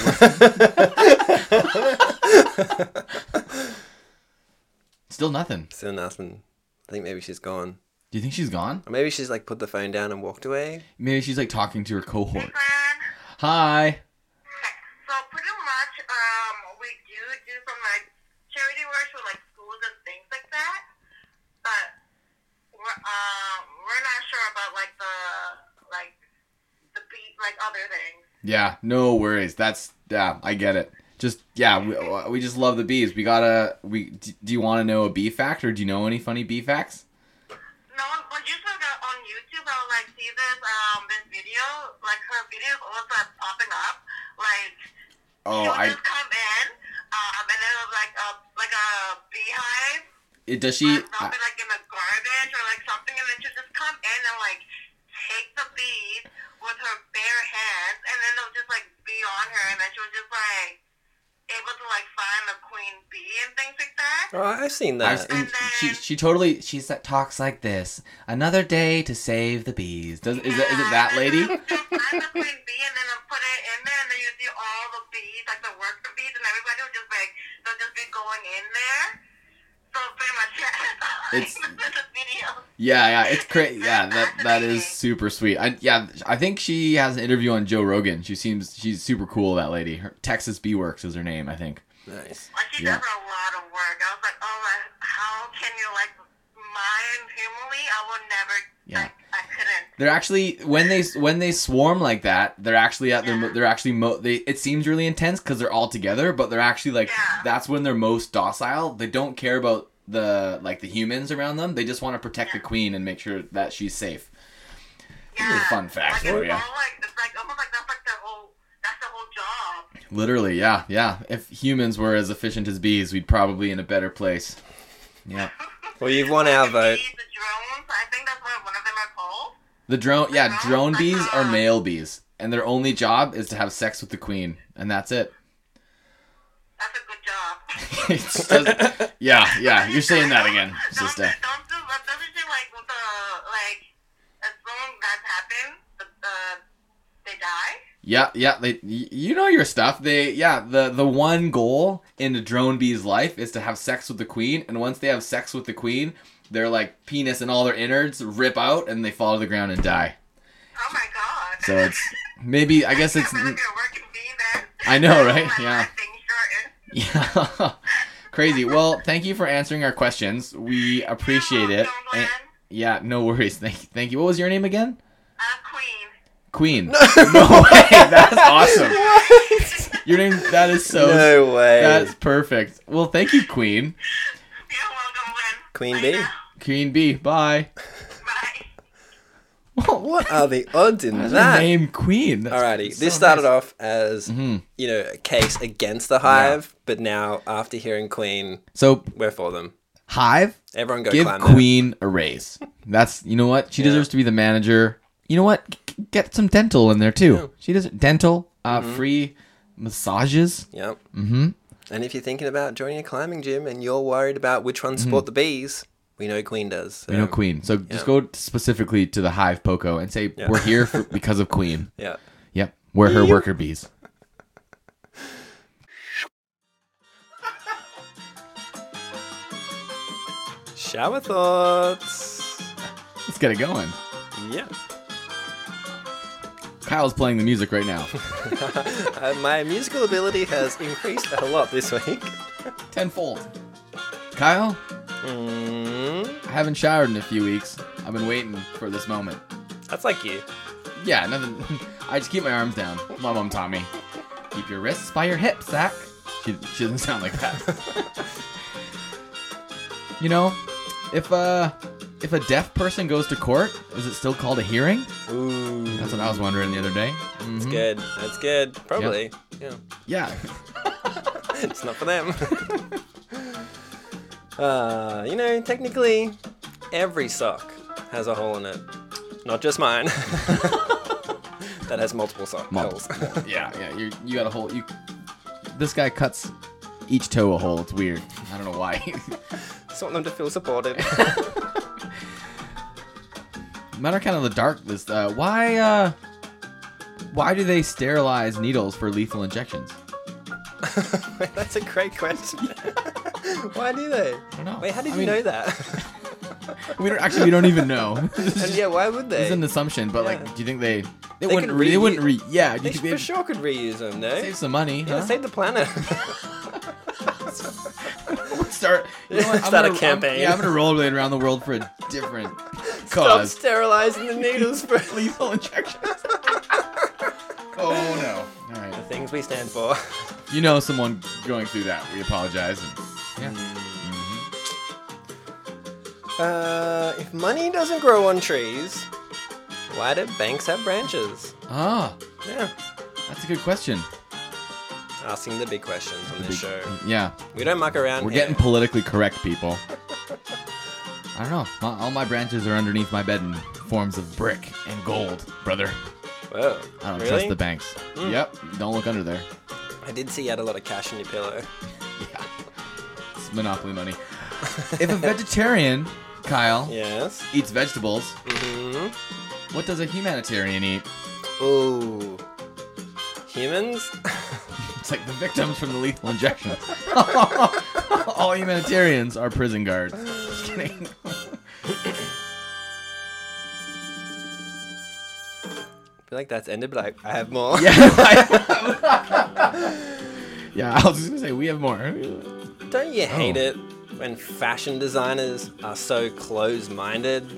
S1: still nothing.
S2: still nothing. I think maybe she's gone.
S1: Do you think she's gone?
S2: Or maybe she's like put the phone down and walked away.
S1: Maybe she's like talking to her cohort.
S4: Glenn,
S1: Hi.
S4: so pretty much, um, we do do some like charity work with like schools and things like that, but we're um we're not sure about like the like the beat like other things.
S1: Yeah, no worries. That's yeah, I get it. Just yeah, we, we just love the bees. We gotta. We d- do you want to know a bee fact or do you know any funny bee facts?
S4: No, but you saw that on YouTube. I like see this um this video. Like her videos always like popping up. Like
S1: Oh,
S4: she would
S1: I
S4: just come in, um, and then it was like a like a beehive.
S1: it, does
S4: She,
S1: she?
S4: they'll
S1: I,
S4: be like in the garbage or like something, and then she'll just come in and like take the bees with her bare hands, and then they'll just like be on her, and then she'll just like able to like find the queen bee and things like that.
S2: Oh, I've seen
S1: I
S2: that.
S1: was- and she she totally she's that talks like this. Another day to save the bees. Does is that is it that lady?
S4: I'm a queen bee, and then I put it in there, and then you see all the bees, like the worker bees, and everybody will just like they'll just be going in there. So pretty much, yeah.
S1: It's-
S4: this is video.
S1: Yeah, yeah, it's crazy. Yeah, that that is super sweet. I yeah, I think she has an interview on Joe Rogan. She seems she's super cool. That lady, her, Texas Bee Works is her name, I think.
S2: Nice.
S4: Like she
S1: Yeah.
S4: does a lot of work. I was like, oh, like, how can you like my humanly, I will never.
S1: Yeah.
S4: I, I couldn't.
S1: They're actually when they when they swarm like that, they're actually at their mo- they're actually mo- they it seems really intense cuz they're all together, but they're actually like
S4: Yeah.
S1: that's when they're most docile. They don't care about the like the humans around them. They just want to protect the queen and make sure that she's safe. This is a
S4: Yeah.
S1: fun fact
S4: like,
S1: for
S4: it's
S1: ya.
S4: all like it's like almost like that's like the whole that's the whole job.
S1: Literally, yeah, yeah. If humans were as efficient as bees, we'd probably in a better place. Yeah.
S2: Well, you've won our vote.
S4: Bees, the drones, I think that's what one of them are called.
S1: The drone, yeah,
S4: Uh-huh,
S1: drone bees are
S4: uh-huh.
S1: male bees, and their only job is to have sex with the queen, and that's it.
S4: That's a good job.
S1: It's just- yeah, yeah, you're saying that again,
S4: Don't,
S1: sister.
S4: don't do, but doesn't she like with the like as long as that happens, the, uh, they die.
S1: Yeah, yeah, they, y- you know your stuff. They, yeah, the the one goal in a drone bee's life is to have sex with the queen, and once they have sex with the queen, their like penis and all their innards rip out, and they fall to the ground and die.
S4: Oh my god.
S1: So it's maybe I guess it's
S4: I'm not gonna work in bee then.
S1: I know, right? Yeah.
S4: Thing shortened.
S1: yeah, crazy. Well, thank you for answering our questions. We appreciate it.
S4: Don't
S1: And-
S4: land.
S1: yeah, no worries. Thank you. Thank you. What was your name again?
S4: Uh, queen.
S1: Queen. No, way. That's awesome. Your name. That is so.
S2: no way.
S1: That's perfect. Well, thank you, Queen.
S4: You're welcome, Gwen.
S2: Queen
S4: Bye
S2: bee.
S4: now.
S1: Queen B. Bye.
S4: Bye.
S2: What are the odds in
S1: That's
S2: that?
S1: her name Queen. That's, Mm-hmm.
S2: Alrighty, this started off as you know a case against the Hive, but now after hearing Queen,
S1: So
S2: we're for them.
S1: Hive,
S2: Everyone go
S1: give
S2: climb that.
S1: Queen a raise. That's you know what she
S2: Yeah.
S1: deserves to be the manager. You know what? G- g- get some dental in there too. She does dental, uh,
S2: Mm-hmm.
S1: free massages.
S2: Yep. Mm-hmm. And if you're thinking about joining a climbing gym and you're worried about which ones support the bees, we know Queen does. So,
S1: You Mm-hmm. know Queen. So just go specifically to the Hive Poco and say
S2: Yeah.
S1: we're here for, because of Queen.
S2: Yeah.
S1: Yep, we're her worker bees.
S2: Shower thoughts.
S1: Let's get it going.
S2: Yeah.
S1: Kyle's playing the music right now.
S2: Uh, my musical ability has increased a lot this week.
S1: Tenfold. Kyle,
S2: Mm,
S1: I haven't showered in a few weeks. I've been waiting for this moment.
S2: that's like you.
S1: Yeah, nothing. I just keep my arms down. My mom taught me. Keep your wrists by your hips, Zach. She, she doesn't sound like that. you know, if uh, if a deaf person goes to court, is it still called a hearing?
S2: Ooh.
S1: That's what I was wondering the other day. Mhm.
S2: That's good. That's good. Probably. Yeah.
S1: Yeah.
S2: it's not for them. uh, you know, technically, every sock has a hole in it. Not just mine. that has multiple sock holes.
S1: Multiple. yeah, yeah. You you got a hole. You this guy cuts each toe a hole. It's weird. I don't know why.
S2: Just want them to feel supported.
S1: Men are kind of the dark. This uh, why uh, why do they sterilize needles for lethal injections?
S2: That's a great question. Why do they? I
S1: don't know.
S2: Wait, how did
S1: I
S2: you
S1: mean-
S2: know that?
S1: We don't actually. We don't even know.
S2: and
S1: this
S2: yeah, why would they?
S1: is an assumption, but like,
S2: Yeah.
S1: do you think they they,
S2: They
S1: wouldn't
S2: can
S1: re- they
S2: reuse-
S1: wouldn't re- yeah? Do
S2: they
S1: you think
S2: for
S1: they'd
S2: sure could reuse them, no?
S1: save some money?
S2: yeah,
S1: huh?
S2: save the planet.
S1: Start. You know what? I'm
S2: Start a
S1: gonna- I'm-
S2: campaign.
S1: yeah, I'm gonna rollerblade around the world for a different
S2: Stop
S1: cause.
S2: sterilizing the needles for
S1: lethal injections. oh no! All right.
S2: the things we stand for.
S1: you know someone going through that. We apologize. And, yeah.
S2: Uh, if money doesn't grow on trees, why do banks have branches?
S1: Ah,
S2: Yeah.
S1: that's a good question.
S2: Asking the big questions on
S1: Big-
S2: this show.
S1: Yeah,
S2: We don't muck around
S1: we're
S2: here.
S1: getting politically correct, people. I don't know. My, all my branches are underneath my bed in forms of brick and gold, brother.
S2: Whoa.
S1: I don't
S2: really?
S1: trust the banks. Yep, don't look under there.
S2: I did see you had a lot of cash in your pillow.
S1: Yeah, it's monopoly money. if a vegetarian, Kyle,
S2: Yes.
S1: eats vegetables,
S2: hmm
S1: what does a humanitarian eat?
S2: Ooh. Humans?
S1: It's like the victims from the lethal injection. All humanitarians are prison guards. Just kidding.
S2: I feel like that's ended, but I, I have more.
S1: Yeah. yeah, I was just gonna say we have more.
S2: Don't you hate
S1: Oh.
S2: it when fashion designers are so close minded.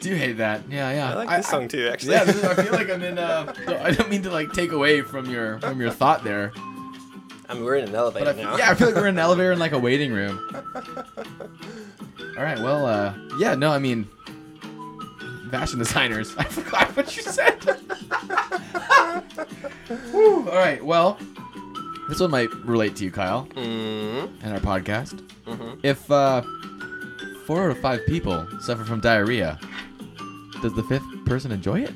S1: Do you hate that? Yeah, yeah.
S2: I like this song too, actually.
S1: Yeah, this is, I feel like I'm in. Uh, no, I don't mean to like take away from your from your thought there,
S2: I mean, we're in an
S1: but
S2: elevator
S1: I,
S2: now.
S1: yeah, I feel like we're in an elevator in like a waiting room. All right, well, uh, yeah, no, I mean, fashion designers. I forgot what you said. Whew, all right, well, this one might relate to you, Kyle,
S2: Mm,
S1: and our podcast.
S2: mhm.
S1: If uh, four out of five people suffer from diarrhea, does the fifth person enjoy it?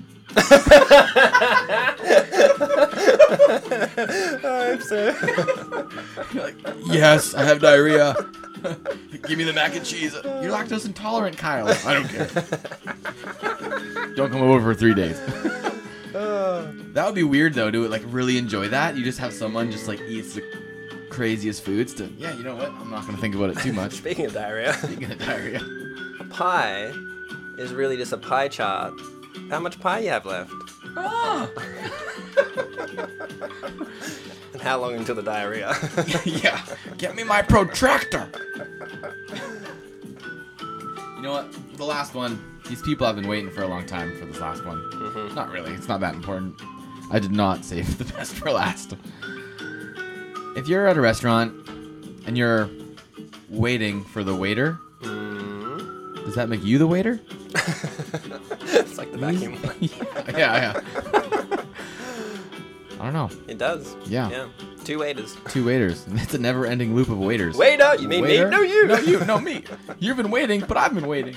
S2: I hope so.
S1: You're like, yes, I have diarrhea. Give me the mac and cheese. You're lactose intolerant, Kyle. I don't care. don't come over for three days. that would be weird though. To like really enjoy that, you just have someone just like eats the craziest foods. To yeah, you know what? I'm not gonna think about it too much.
S2: Speaking of diarrhea,
S1: Speaking of diarrhea,
S2: pie is really just a pie chart. How much pie you have left,
S1: Ah!
S2: and how long until the diarrhea.
S1: yeah, get me my protractor. You know what? The last one. These people have been waiting for a long time for this last one. Not really. It's not that important. I did not save the best for last. If you're at a restaurant and you're waiting for the waiter, does that make you the waiter?
S2: it's like the vacuum.
S1: yeah, yeah. I don't know.
S2: It does.
S1: Yeah.
S2: Yeah. Two waiters.
S1: Two waiters. It's a never-ending loop of waiters.
S2: Waiter, you mean
S1: Waiter?
S2: me? No, you.
S1: No, you. No, me. You've been waiting, but I've been waiting.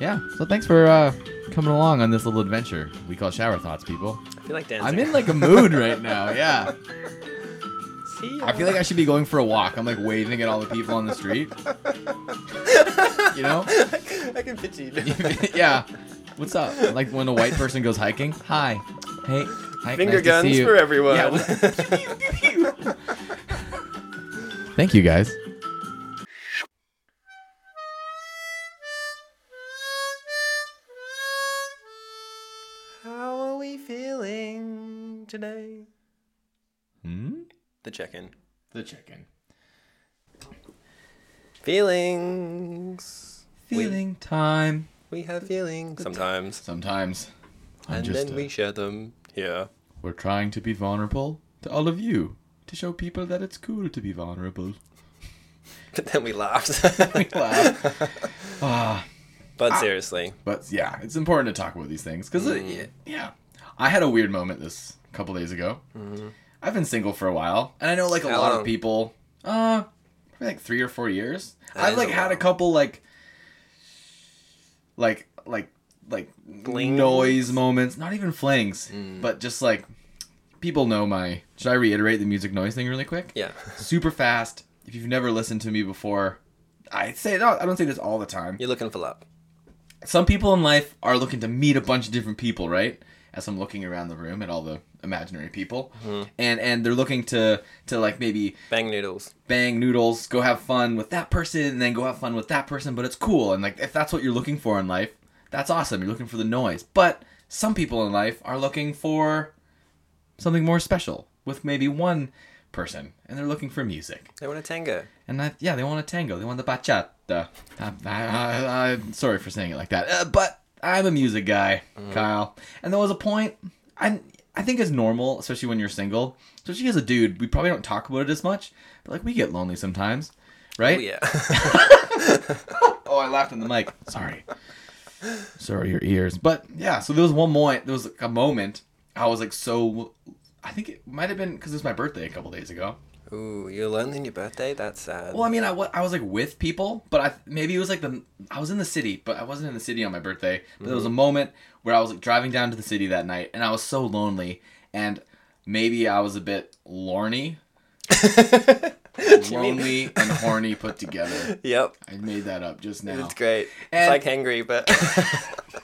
S1: Yeah. So thanks for uh, coming along on this little adventure we call Shower Thoughts, people.
S2: I feel like dancing.
S1: I'm in like a mood right now. Yeah.
S2: See ya.
S1: I feel like I should be going for a walk. I'm like waving at all the people on the street. You know?
S2: I can picture you. doing that.
S1: yeah. What's up? Like when a white person goes hiking. Hi. Hey. Hi,
S2: Finger
S1: nice to see
S2: guns
S1: you.
S2: for everyone.
S1: Yeah, what- Thank you guys.
S2: How are we feeling today?
S1: Hmm?
S2: The check-in.
S1: The chicken.
S2: Feelings.
S1: Feeling time.
S2: We have feelings sometimes,
S1: Sometimes. I'm
S2: and
S1: just,
S2: then
S1: uh,
S2: we share them here.
S1: We're trying to be vulnerable to all of you. To show people that it's cool to be vulnerable.
S2: But then we laughed.
S1: Ah,
S2: but seriously,
S1: but yeah, it's important to talk about these things because
S2: Mm.
S1: yeah, I had a weird moment this couple days ago. I've been single for a while, and I know like a
S2: Mm-hmm. How
S1: lot
S2: long?
S1: of people. Uh, probably like three or four years.
S2: That
S1: I've
S2: is
S1: like
S2: a
S1: had a
S2: while.
S1: couple like, like like like
S2: Blings.
S1: noise moments. Not even flings,
S2: Mm.
S1: but just like people know my. Should I reiterate the music noise thing really quick?
S2: yeah.
S1: super fast. If you've never listened to me before, I say no, I don't say this all the time.
S2: You're looking for love.
S1: Some people in life are looking to meet a bunch of different people, right? As I'm looking around the room at all the imaginary people, and and they're looking to to like maybe
S2: Bang noodles.
S1: bang noodles, go have fun with that person, and then go have fun with that person. But it's cool, and like if that's what you're looking for in life, that's awesome. You're looking for the noise, but some people in life are looking for something more special with maybe one person, and they're looking for music.
S2: They want a tango.
S1: And I, yeah, they want a tango. They want the bachata. I, I, I, I'm sorry for saying it like that, uh, but I'm a music guy, Kyle. And there was a point. I I think it's normal, especially when you're single, especially as a dude. We probably don't talk about it as much, but like we get lonely sometimes, right?
S2: Oh yeah.
S1: Oh, I laughed in the mic. Sorry. Sorry, your ears. But yeah, so there was one moment. There was like a moment I was like so. I think it might have been because it was my birthday a couple days ago.
S2: Ooh, you're lonely on your birthday. That's sad.
S1: Well, I mean, I wa- I was like with people, but I maybe it was like the I was in the city, but I wasn't in the city on my birthday. But there
S2: Mm-hmm.
S1: was a moment where I was like driving down to the city that night, and I was so lonely, and maybe I was a bit lorny, lonely, and horny put together.
S2: Yep.
S1: I made that up just now.
S2: It's great.
S1: And-
S2: it's like hangry, but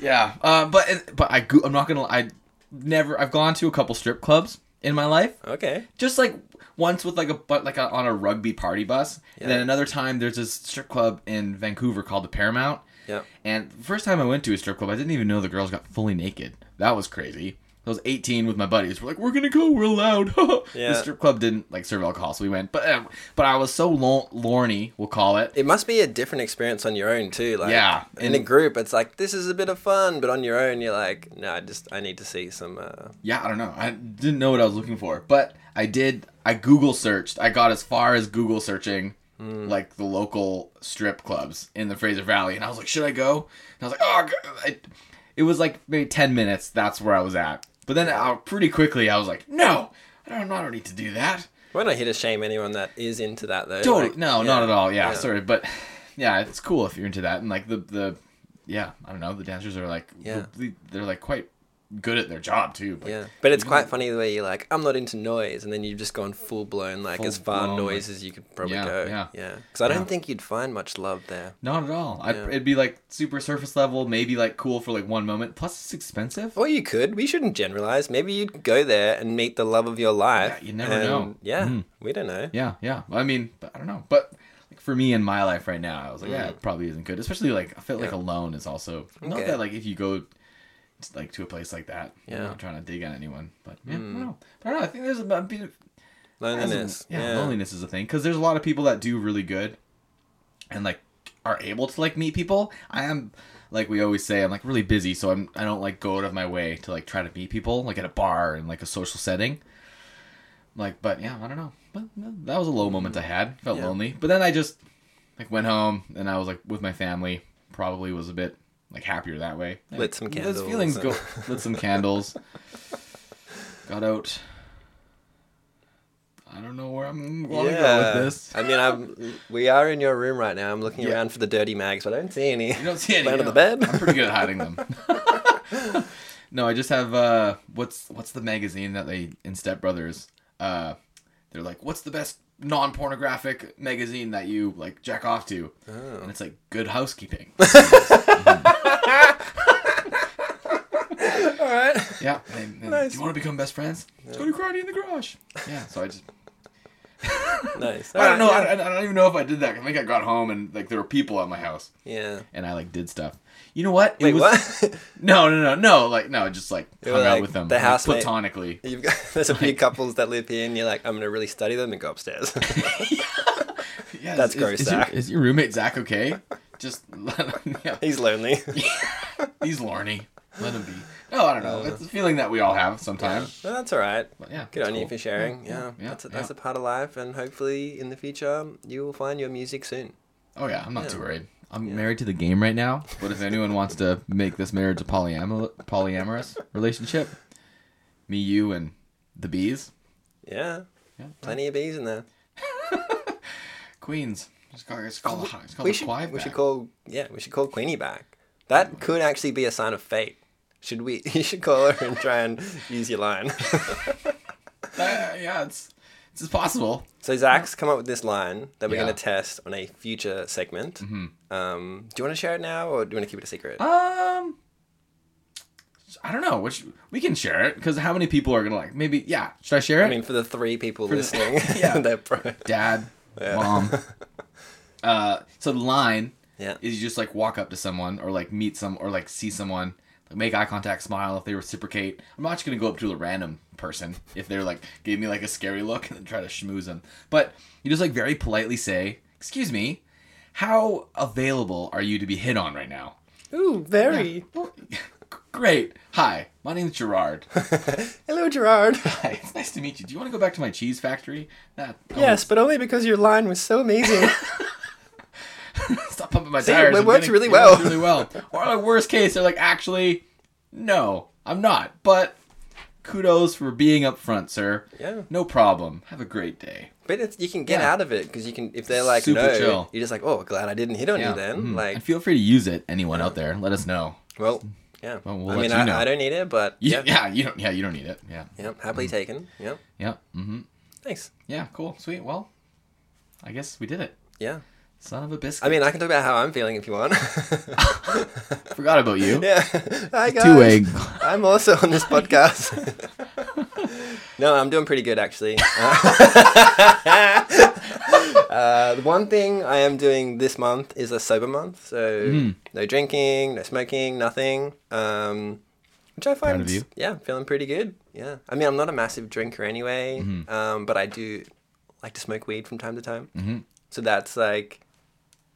S1: Yeah, uh, but but I go- I'm not gonna. I never. I've gone to a couple strip clubs in my life.
S2: okay.
S1: just like once with like a but like a, on a rugby party bus and then
S2: Yeah.
S1: another time there's this strip club in vancouver called the paramount
S2: Yep.
S1: and the first time i went to a strip club i didn't even know the girls got fully naked that was crazy I was 18 with my buddies. We're like, we're gonna go. We're allowed.
S2: Yeah.
S1: The strip club didn't like serve alcohol, so we went. But uh, but I was so lor- lorny, we'll call it.
S2: It must be a different experience on your own too. Like
S1: Yeah,
S2: in a
S1: and-
S2: group, it's like this is a bit of fun, but on your own, you're like, no, I just I need to see some. Uh,
S1: Yeah, I don't know. I didn't know what I was looking for, but I did. I Google searched. I got as far as Google searching like the local strip clubs in the Fraser Valley, and I was like, should I go? And I was like, oh, God. I, it was like maybe ten minutes. That's where I was at. But then I, pretty quickly, I was like, no, I don't, I'm not ready to do that.
S2: we're not here to shame anyone that is into that though.
S1: Totally.
S2: Like,
S1: no,
S2: yeah,
S1: not at all. Yeah, sorry, but yeah, it's cool if you're into that. And like the the yeah, I don't know. The dancers are like
S2: Yeah.
S1: they're like quite good at their job too. But
S2: Yeah, but it's quite funny the way you're like, I'm not into noise, and then you've just gone full blown like as far
S1: Full-blown,
S2: noise as you could probably
S1: yeah,
S2: go.
S1: yeah.
S2: because I
S1: Yeah.
S2: don't think you'd find much love there.
S1: Not at all. I'd,
S2: Yeah.
S1: it'd be like super surface level, maybe like cool for like one moment. Plus, it's expensive.
S2: Or you could. We shouldn't generalize. Maybe you'd go there and meet the love of your life.
S1: Yeah, you never
S2: and-
S1: know.
S2: Yeah,
S1: Mm.
S2: we don't know.
S1: Yeah, yeah. I mean, but I don't know. But like for me in my life right now, I was like, yeah, it probably isn't good. Especially like I feel like
S2: Mm. Yeah.
S1: alone is also not
S2: Okay.
S1: that like if you go to, like to a place like that, yeah.
S2: Yeah. Mm.
S1: you're not trying to dig on anyone. But yeah, I don't know. But I don't know. I think there's a bit of
S2: Loneliness.
S1: As a- yeah, loneliness is a thing because there's a lot of people that do really good, and like are able to like meet people. I am like we always say, I'm like really busy, so I'm I don't like go out of my way to like try to meet people like at a bar and like a social setting. Like, but yeah, I don't know. But no, that was a low moment I had. Felt
S2: Yeah.
S1: lonely, but then I just like went home and I was like with my family. Probably was a bit like happier that way.
S2: Lit some
S1: Those
S2: candles
S1: feelings go.
S2: and-
S1: lit some candles. Got out. I don't know where I'm going to go with this.
S2: I mean, I'm. We are in your room right now. I'm looking
S1: Yeah.
S2: around for the dirty mags, but I don't see any.
S1: You don't see any.
S2: Under
S1: no.
S2: the bed.
S1: I'm pretty good at hiding them. no, I just have uh, what's what's the magazine that they in Step Brothers? Uh, they're like, what's the best non-pornographic magazine that you like jack off to? And it's like Good Housekeeping.
S2: All right.
S1: yeah. and- and
S2: Nice.
S1: Do you want to become best friends? Let's go to karate in the garage. Yeah. So I just
S2: nice.
S1: I don't know.
S2: Alright,
S1: I, I don't even know if I did that. 'cause I think I got home and like there were people at my house,
S2: Yeah. yeah.
S1: and I like did stuff. You know what? It
S2: Wait,
S1: was,
S2: what?
S1: No, no, no, no. Like no, just like
S2: You
S1: hung
S2: were,
S1: out
S2: like,
S1: with them.
S2: the
S1: like,
S2: housemate.
S1: platonically.
S2: You've got there's a few couples that live here, and you're like, I'm gonna really study them and go upstairs.
S1: Yeah,
S2: That's
S1: is,
S2: gross,
S1: Is, your-
S2: Zach.
S1: is your roommate Zach okay? Just yeah,
S2: He's lonely.
S1: he's Lorny. Let him be. No, I don't know. it's a feeling that we all have sometimes.
S2: Well, that's all right.
S1: But yeah,
S2: Uh. Good
S1: it's
S2: on you
S1: cool.
S2: for sharing. Yeah,
S1: yeah,
S2: that's a,
S1: yeah.
S2: that's a part of life, and hopefully in the future you will find your music soon.
S1: Oh yeah, I'm not too worried. I'm married to the game right now, but if anyone wants to make this marriage a polyam- polyamorous relationship, me, you, and the bees,
S2: Yeah,
S1: Yeah.
S2: plenty of bees in there.
S1: Queens. It's called, it's called, it's called
S2: we
S1: a
S2: should
S1: quive
S2: we should
S1: bag.
S2: call yeah we should call Queenie back. That could actually be a sign of fate. Should we? You should call her and try and use your line.
S1: Uh, yeah, it's it's just possible.
S2: so Zach's come up with this line that we're
S1: Yeah. Mm-hmm.
S2: going to test on a future segment. Um, do you want to share it now, or do you want to keep it a secret?
S1: Um, I don't know. Which we can share it because how many people are gonna like? Maybe yeah. Should I share it?
S2: I mean, for the three people listening,
S1: yeah.
S2: they're pro.
S1: Dad,
S2: Yeah.
S1: mom. uh, so the line
S2: Yeah.
S1: is you just like walk up to someone or like meet some or like see someone, like, make eye contact, smile if they reciprocate. I'm not just gonna go up to a random person if they're like gave me like a scary look and then try to schmooze them. But you just like very politely say, "Excuse me, how available are you to be hit on right now?"
S2: Ooh, very.
S1: Great. Hi, my name's Gerard.
S2: Hello, Gerard.
S1: Hi, it's nice to meet you. Do you want to go back to my cheese factory? Nah, I
S2: Yes, but only because your line was so amazing.
S1: won't- Stop pumping my
S2: See,
S1: tires.
S2: it
S1: I'm
S2: works
S1: getting-
S2: really
S1: it works
S2: well.
S1: really well. Or like worst case, they're like, actually, no, I'm not. But kudos for being up front, sir.
S2: Yeah.
S1: No problem. Have a great day.
S2: But it's, you can get
S1: Yeah.
S2: out of it because you can. If they're like
S1: Super
S2: no,
S1: chill.
S2: you're just like, oh, glad I didn't hit on you then.
S1: mhm.
S2: Like,
S1: and feel free to use it. Anyone out there, let us know.
S2: well, yeah.
S1: Well, we'll
S2: I
S1: let
S2: mean,
S1: you
S2: I,
S1: know.
S2: I don't need it, but
S1: Yeah,
S2: yeah,
S1: yeah,
S2: yeah,
S1: you don't. Yeah, you don't need it. Yeah,
S2: happily taken. Yeah,
S1: yeah, mm-hmm.
S2: thanks.
S1: yeah. Cool, sweet. Well, I guess we did it.
S2: Yeah,
S1: Son of a biscuit.
S2: I mean, I can talk about how I'm feeling if you want.
S1: forgot about you.
S2: yeah, hi guys.
S1: Two egg.
S2: I'm also on this podcast. no, I'm doing pretty good actually. Uh, uh, the one thing I am doing this month
S1: Mm.
S2: is a sober month, so no drinking, no smoking, nothing. Um, Which I find,
S1: of you.
S2: yeah, feeling pretty good. Yeah. I mean, I'm not a massive drinker anyway,
S1: Mm-hmm.
S2: um, but I do like to smoke weed from time to time. Mm-hmm. So that's like,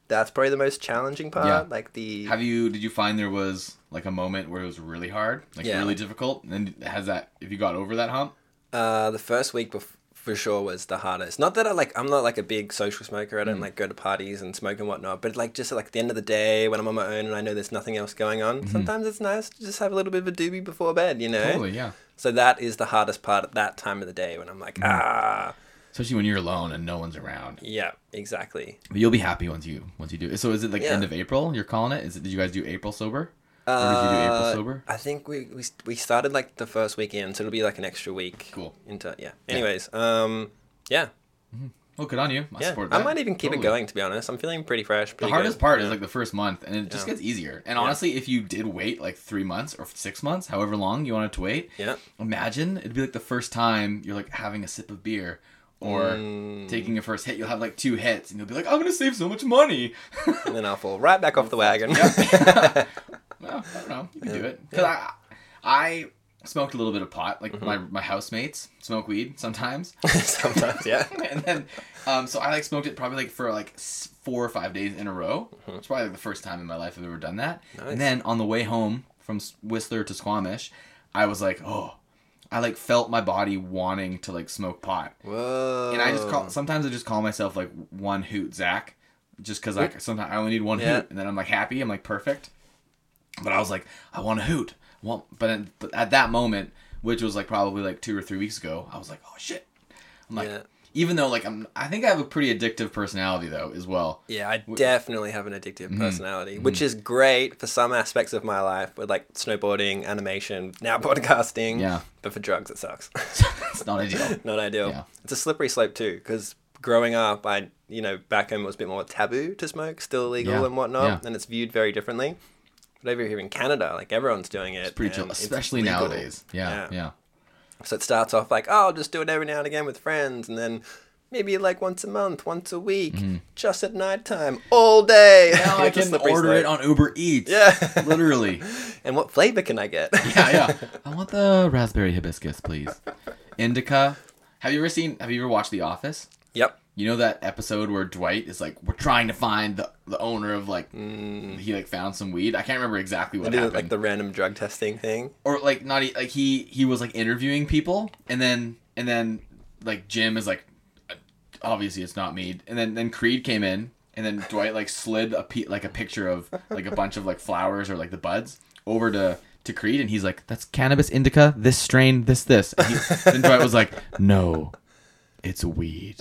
S2: that's probably the most challenging part.
S1: Yeah.
S2: Like the,
S1: Have you? Did you find there was like a moment where it was really hard, like
S2: Yeah.
S1: really difficult? And has that? If you got over that hump?
S2: uh, the first week bef- for sure was the hardest. Not that I like, I'm not like a big social smoker. I don't
S1: Mm.
S2: like go to parties and smoke and whatnot, but like just like the end of the day when I'm on my own and I know there's nothing else going on, sometimes it's nice to just have a little bit of a doobie before bed, you know?
S1: Mm-hmm. Totally, yeah.
S2: So that is the hardest part at that time of the day when I'm
S1: Mm.
S2: like, ah,
S1: Especially when you're alone and no one's around.
S2: yeah, exactly.
S1: But you'll be happy once you once you do. it. So is it like
S2: Yeah.
S1: end of April? You're calling it? Is it? Did you guys do April sober? or did you do April
S2: Uh,
S1: sober?
S2: I think we, we we started like the first weekend, so it'll be like an extra week.
S1: Cool.
S2: Into yeah. Anyways, um, yeah,
S1: Well, Oh, good on you. I
S2: yeah.
S1: support that.
S2: I might even keep
S1: Totally.
S2: it going. To be honest, I'm feeling pretty fresh.
S1: The
S2: Pretty
S1: hardest
S2: good.
S1: part
S2: Yeah.
S1: is like the first month, and it just
S2: Yeah.
S1: gets easier. And honestly, if you did wait like three months or six months, however long you wanted to wait,
S2: Yeah.
S1: imagine it'd be like the first time you're like having a sip of beer or
S2: Mm.
S1: taking your first hit. You'll have like two hits, and you'll be like, "I'm gonna save so much money."
S2: and then I'll fall right back off the wagon.
S1: Well, I don't know. You can do it. Because I, I smoked a little bit of pot. Like my, my housemates smoke weed sometimes.
S2: Sometimes, yeah.
S1: and then, um, so I like smoked it probably like for like s- four or five days in a row. It's probably like the first time in my life I've ever done that.
S2: Nice.
S1: And then on the way home from S- Whistler to Squamish, I was like, oh, I like felt my body wanting to like smoke pot.
S2: Whoa.
S1: And I just call sometimes I just call myself like one hoot Zach, just because like sometimes I only need one
S2: Yeah.
S1: hoot, and then I'm like happy, I'm like perfect. But I was like, I want a hoot. Well, but at, but at that moment, which was like probably like two or three weeks ago, I was like, oh shit. I'm like,
S2: Yeah.
S1: even though like I'm, I think I have a pretty addictive personality though as well.
S2: Yeah, I definitely have an addictive personality, which is great for some aspects of my life, with like snowboarding, animation, now podcasting.
S1: Yeah.
S2: But for drugs, it sucks.
S1: it's not ideal.
S2: Not ideal.
S1: Yeah.
S2: It's a slippery slope too, because growing up, I you know back home it was a bit more taboo to smoke, still illegal
S1: Yeah,
S2: and whatnot,
S1: yeah.
S2: and it's viewed very differently. But over here in Canada, like everyone's doing it,
S1: It's pretty chill,
S2: and it's
S1: especially
S2: legal.
S1: nowadays. Yeah, yeah,
S2: So it starts off like, oh, I'll just do it every now and again with friends, and then maybe like once a month, once a week, just at nighttime, all day.
S1: Now Mm-hmm. I
S2: It's a
S1: can
S2: slippery
S1: order it
S2: slope.
S1: on Uber Eats.
S2: Yeah.
S1: literally.
S2: And what flavor can I get?
S1: yeah, yeah. I want the raspberry hibiscus, please. Indica. Have you ever seen? Have you ever watched The Office?
S2: yep.
S1: You know that episode where Dwight is like, we're trying to find the, the owner of like he like found some weed. I can't remember exactly
S2: Mm. I
S1: what
S2: do
S1: happened.
S2: like the random drug testing thing.
S1: or like not e- like he he was like interviewing people and then and then like Jim is like obviously it's not me and then then Creed came in and then Dwight like slid a pe- like a picture of like a bunch of like flowers or like the buds over to to Creed and he's like that's cannabis indica this strain this this and he, then Dwight was like no it's weed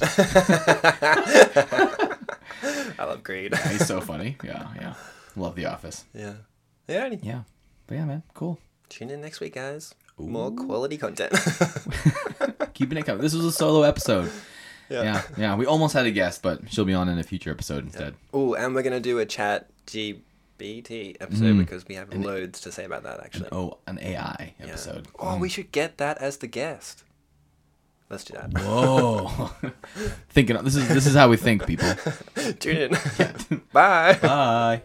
S2: I love greed.
S1: he's so funny yeah yeah love The Office
S2: yeah. Yeah.
S1: yeah but yeah man cool
S2: Tune in next week, guys. More quality content.
S1: keeping it coming this was a solo episode.
S2: yeah.
S1: yeah, yeah. We almost had a guest, but she'll be on in a future episode instead.
S2: Oh, and we're gonna do a chat GBT
S1: Mm.
S2: episode because we have loads to say about that actually. Oh,
S1: Oh, an AI episode. Mm.
S2: we should get that as the guest. Let's do that.
S1: Whoa. Thinking this is this is how we think, people.
S2: Tune in. Bye.
S1: Bye.